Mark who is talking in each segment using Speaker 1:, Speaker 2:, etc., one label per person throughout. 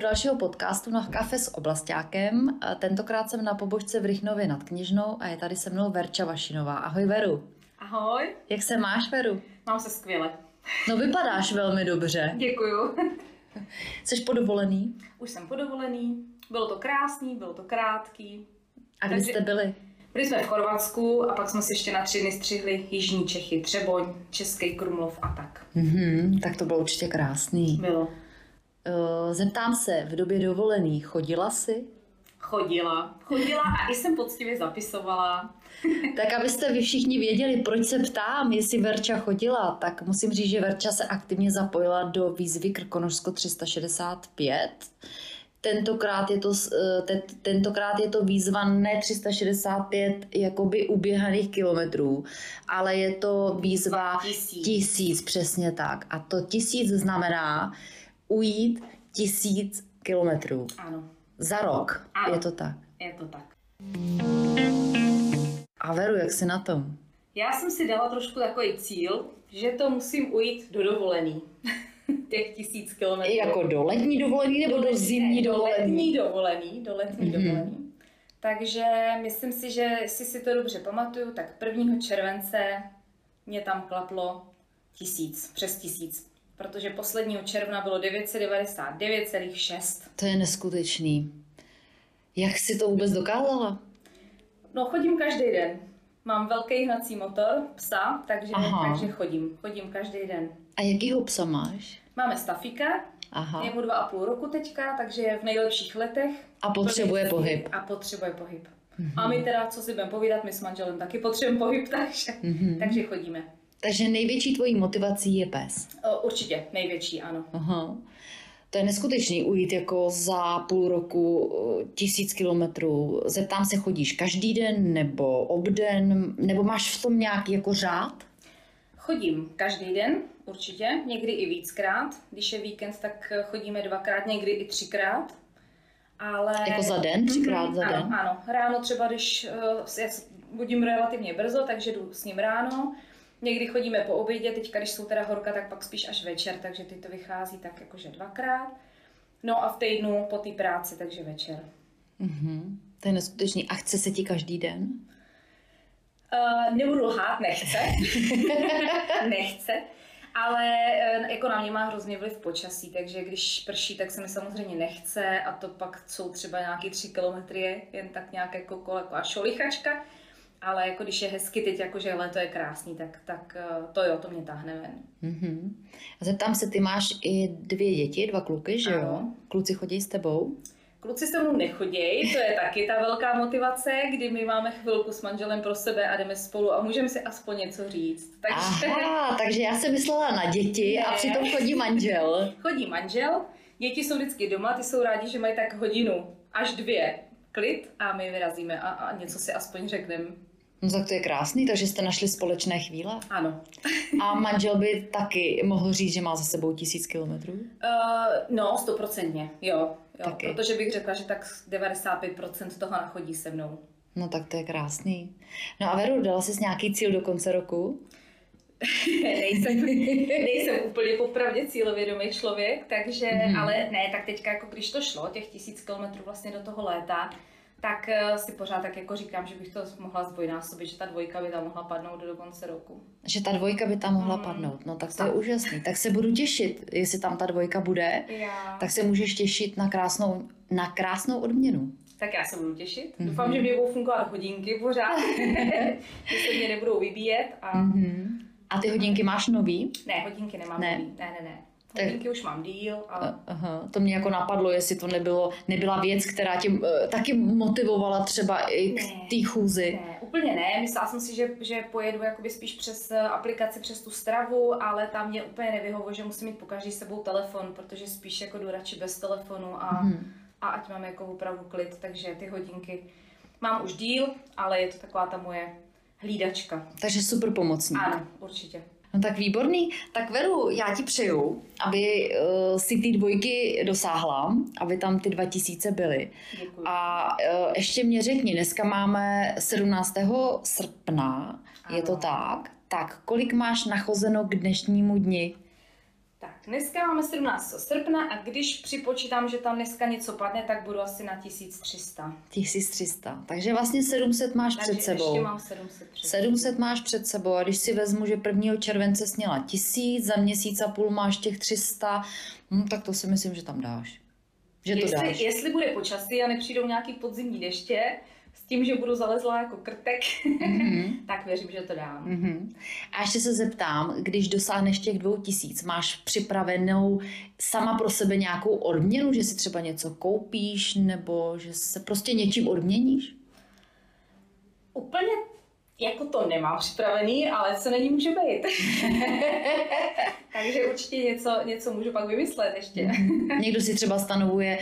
Speaker 1: dalšího podcastu na kafe s oblastákem. Tentokrát jsem na pobočce v Rychnově nad Knižnou a je tady se mnou Verča Vašinová. Ahoj Veru.
Speaker 2: Ahoj,
Speaker 1: Jak se máš, Veru?
Speaker 2: mám se skvěle.
Speaker 1: No vypadáš velmi dobře.
Speaker 2: Děkuju.
Speaker 1: Jsi podovolený?
Speaker 2: Už jsem podovolený, bylo to krásný, bylo to krátký.
Speaker 1: A kde
Speaker 2: Takže-
Speaker 1: jste byli?
Speaker 2: Byli jsme v Chorvatsku a pak jsme si ještě na tři dny střihli Jižní Čechy, Třeboň, Český Krumlov a tak.
Speaker 1: Mhm, tak to bylo určitě krásný.
Speaker 2: Bylo.
Speaker 1: Eh, Zeptám se, v době dovolený chodila jsi?
Speaker 2: Chodila, chodila a i jsem poctivě zapisovala.
Speaker 1: Tak abyste vy všichni věděli, proč se ptám, jestli Verča chodila, tak musím říct, že Verča se aktivně zapojila do výzvy Krkonožsko 365. Tentokrát je, to, s- eh, te- tentokrát je to výzva ne 365 jakoby uběhaných kilometrů, ale je to výzva
Speaker 2: Tisíc.
Speaker 1: tisíc, přesně tak. A to tisíc znamená ujít tisíc kilometrů.
Speaker 2: Ano,
Speaker 1: Za rok
Speaker 2: Ano.
Speaker 1: je to tak.
Speaker 2: je to tak.
Speaker 1: A Veru, jak jsi na tom?
Speaker 2: Já jsem si dala trošku takový cíl, že to musím ujít do dovolený. Těch tisíc kilometrů.
Speaker 1: Jako do letní dovolený nebo do
Speaker 2: letní-
Speaker 1: zimní
Speaker 2: ne, Do
Speaker 1: dovolený?
Speaker 2: letní dovolený, do letní
Speaker 1: Mhm.
Speaker 2: mm-hmm. dovolený. Takže myslím si, že jestli si to dobře pamatuju, tak 1. července mě tam klaplo tisíc, přes tisíc. Protože posledního června bylo 999,6.
Speaker 1: To je neskutečný. Jak si to vůbec dokázala?
Speaker 2: No chodím každý den. Mám velký hnací motor, psa, takže,
Speaker 1: Aha.
Speaker 2: takže chodím. Chodím každý den.
Speaker 1: A jakýho psa máš?
Speaker 2: Máme stafika,
Speaker 1: Aha.
Speaker 2: je mu dva a půl roku teďka, takže je v nejlepších letech.
Speaker 1: A potřebuje pohyb.
Speaker 2: A potřebuje pohyb. A my teda, co si budeme povídat, my s manželem taky potřebujeme pohyb, takže,
Speaker 1: Mhm.
Speaker 2: takže chodíme.
Speaker 1: Takže největší tvojí motivací je pes.
Speaker 2: O, určitě, největší, ano.
Speaker 1: Aha. To je neskutečný ujít jako za půl roku eh, tisíc kilometrů. Zeptám se, chodíš každý den nebo obden, nebo máš v tom nějaký jako řád?
Speaker 2: Chodím každý den, určitě, někdy i víckrát. Když je víkend, tak chodíme dvakrát, někdy i třikrát. Ale... Mhm,
Speaker 1: Jako za den? Třikrát za
Speaker 2: ano,
Speaker 1: den?
Speaker 2: Ano, ráno třeba, když eh, se- já se budím relativně brzo, takže jdu s ním ráno. Někdy chodíme po obědě, teďka když jsou teda horka, tak pak spíš až večer, takže teď to vychází tak jakože dvakrát. No a v týdnu po té práci, takže večer.
Speaker 1: Mhm. To je neskutečný. A chce se ti každý den?
Speaker 2: Uh, nebudu lhát, nechce. nechce. Ale eh, jako na mě má hrozně vliv počasí, takže když prší, tak se mi samozřejmě nechce a to pak jsou třeba nějaký tři kilometry jen tak nějak jako koleko a šolichačka. Ale jako když je hezky teď, jakože léto je krásný, tak, tak eh, to jo, to mě táhne ven.
Speaker 1: Mhm. A zeptám se, ty máš i dvě děti, dva kluky, že jo?
Speaker 2: Ano.
Speaker 1: Kluci chodí s tebou?
Speaker 2: Kluci se mnou nechodějí, to je taky ta velká motivace, kdy my máme chvilku s manželem pro sebe a jdeme spolu a můžeme si aspoň něco říct. Takže...
Speaker 1: Aha, takže já jsem myslela na děti a
Speaker 2: Ne.
Speaker 1: přitom chodí manžel.
Speaker 2: Chodí manžel, děti jsou vždycky doma, ty jsou rádi, že mají tak hodinu až dvě klid a my vyrazíme a, a něco si aspoň řekneme.
Speaker 1: No tak to je krásný, takže jste našli společné chvíle.
Speaker 2: Ano.
Speaker 1: A manžel by taky mohl říct, že má za sebou tisíc kilometrů.
Speaker 2: Uh, no, stoprocentně, jo. jo
Speaker 1: Taky.
Speaker 2: protože bych řekla, že tak 95% toho nachodí se mnou.
Speaker 1: No tak to je krásný. No a Veru, dala jsi nějaký cíl do konce roku?
Speaker 2: nejsem, nejsem úplně popravdě cílovědomý člověk, takže,
Speaker 1: Mhm.
Speaker 2: mm-hmm. ale ne, tak teďka, jako když to šlo, těch tisíc kilometrů vlastně do toho léta, tak eh, si pořád tak jako říkám, že bych to mohla zdvojnásobit, že ta dvojka by tam mohla padnout do konce roku.
Speaker 1: Že ta dvojka by tam mohla
Speaker 2: Mm.
Speaker 1: padnout. No tak to je úžasný. Tak se budu těšit, jestli tam ta dvojka bude.
Speaker 2: Já.
Speaker 1: Tak se můžeš těšit na krásnou, na krásnou odměnu.
Speaker 2: Tak já se budu těšit.
Speaker 1: Mhm.
Speaker 2: Mm-hmm. Doufám, že mě budou fungovat hodinky pořád, že se mě nebudou vybíjet. A...
Speaker 1: Mm-hmm. A ty hodinky máš nový?
Speaker 2: Ne, hodinky nemám.
Speaker 1: Ne.
Speaker 2: Ne, ne, ne. ne.
Speaker 1: Tak-
Speaker 2: Hodinky už mám díl, ale
Speaker 1: Aha, to mě jako napadlo, jestli to nebylo, nebyla věc, která tě eh, taky motivovala třeba i k
Speaker 2: Ne.
Speaker 1: té chůzi.
Speaker 2: ne, úplně ne. Myslela jsem si, že, že pojedu jakoby spíš přes eh, aplikaci, přes tu stravu, ale tam mě úplně nevyhovuje, že musím mít po každý s sebou telefon, protože spíš jako jdu radši bez telefonu a, mm-hmm.
Speaker 1: Mhm.
Speaker 2: a ať mám jako opravdu klid, takže ty hodinky mám už díl, ale je to taková ta moje hlídačka.
Speaker 1: Takže super pomocný.
Speaker 2: Ano, určitě.
Speaker 1: No tak výborný. Tak Veru, já ti přeju, aby eh, si ty dvojky dosáhla, aby tam ty 2000 byly.
Speaker 2: Děkuji.
Speaker 1: A eh, ještě mě řekni, dneska máme 17. srpna, je to
Speaker 2: Ano.
Speaker 1: tak? Tak kolik máš nachozeno k dnešnímu dni?
Speaker 2: Tak, dneska máme 17. srpna a když připočítám, že tam dneska něco padne, tak budu asi na 1300.
Speaker 1: 1300. Takže vlastně 700 máš
Speaker 2: Takže
Speaker 1: před sebou.
Speaker 2: ještě mám 700 před
Speaker 1: 700 máš před sebou a když si vezmu, že 1. července sněla 1000, za měsíc a půl máš těch 300, hm, tak to si myslím, že tam dáš. Že to
Speaker 2: jestli,
Speaker 1: dáš.
Speaker 2: jestli bude počasí a nepřijdou nějaký podzimní deště, s tím, že budu zalezlá jako krtek,
Speaker 1: Mhm,
Speaker 2: tak věřím, že to dám.
Speaker 1: mhm. A ještě se zeptám, když dosáhneš těch 2000, máš připravenou sama pro sebe nějakou odměnu, že si třeba něco koupíš nebo že se prostě něčím odměníš?
Speaker 2: Úplně jako to nemám připravený, ale co není může být. Takže určitě něco, něco můžu pak vymyslet ještě.
Speaker 1: Někdo si třeba stanovuje,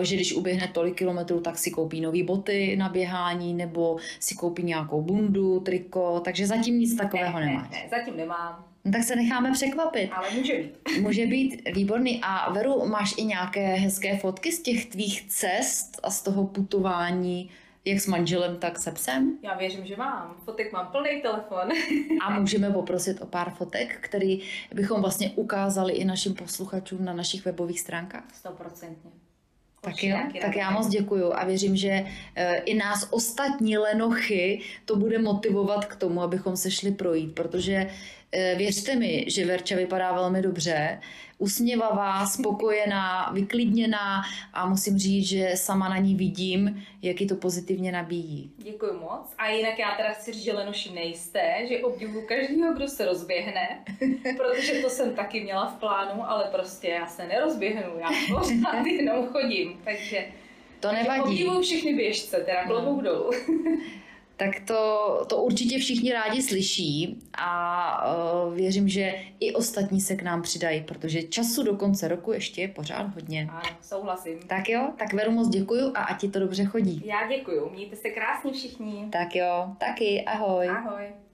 Speaker 1: eh, že když uběhne tolik kilometrů, tak si koupí nové boty na běhání nebo si koupí nějakou bundu, triko, takže zatím nic takového
Speaker 2: ne,
Speaker 1: nemá.
Speaker 2: ne, zatím nemám,
Speaker 1: No, tak se necháme překvapit.
Speaker 2: ale může být.
Speaker 1: Může být výborný. A Veru, máš i nějaké hezké fotky z těch tvých cest a z toho putování, jak s manželem, tak se psem?
Speaker 2: Já věřím, že mám. Fotek mám plný telefon.
Speaker 1: A můžeme poprosit o pár fotek, které bychom vlastně ukázali i našim posluchačům na našich webových stránkách?
Speaker 2: Stoprocentně.
Speaker 1: Tak,
Speaker 2: Určitě
Speaker 1: jo,
Speaker 2: nějaký
Speaker 1: tak já
Speaker 2: rád.
Speaker 1: moc děkuju a věřím, že eh, i nás ostatní lenochy to bude motivovat k tomu, abychom se šli projít, protože eh, věřte mi, že Verča vypadá velmi dobře, usměvavá, spokojená, vyklidněná a musím říct, že sama na ní vidím, jak ji to pozitivně nabíjí.
Speaker 2: Děkuji moc. A jinak já teda chci říct, že lenoši nejste, že obdivuju každého, kdo se rozběhne, protože to jsem taky měla v plánu, ale prostě já se nerozběhnu, já pořád jenom chodím, takže
Speaker 1: To nevadí. No.
Speaker 2: obdivuju všechny běžce, teda klobouk dolů.
Speaker 1: Tak to, to určitě všichni rádi slyší a uh, věřím, že i ostatní se k nám přidají, protože času do konce roku ještě je pořád hodně.
Speaker 2: Ano, souhlasím.
Speaker 1: Tak jo, tak Veru moc děkuju a ať ti to dobře chodí.
Speaker 2: Já děkuji, mějte se krásně všichni.
Speaker 1: Tak jo, taky, ahoj.
Speaker 2: Ahoj.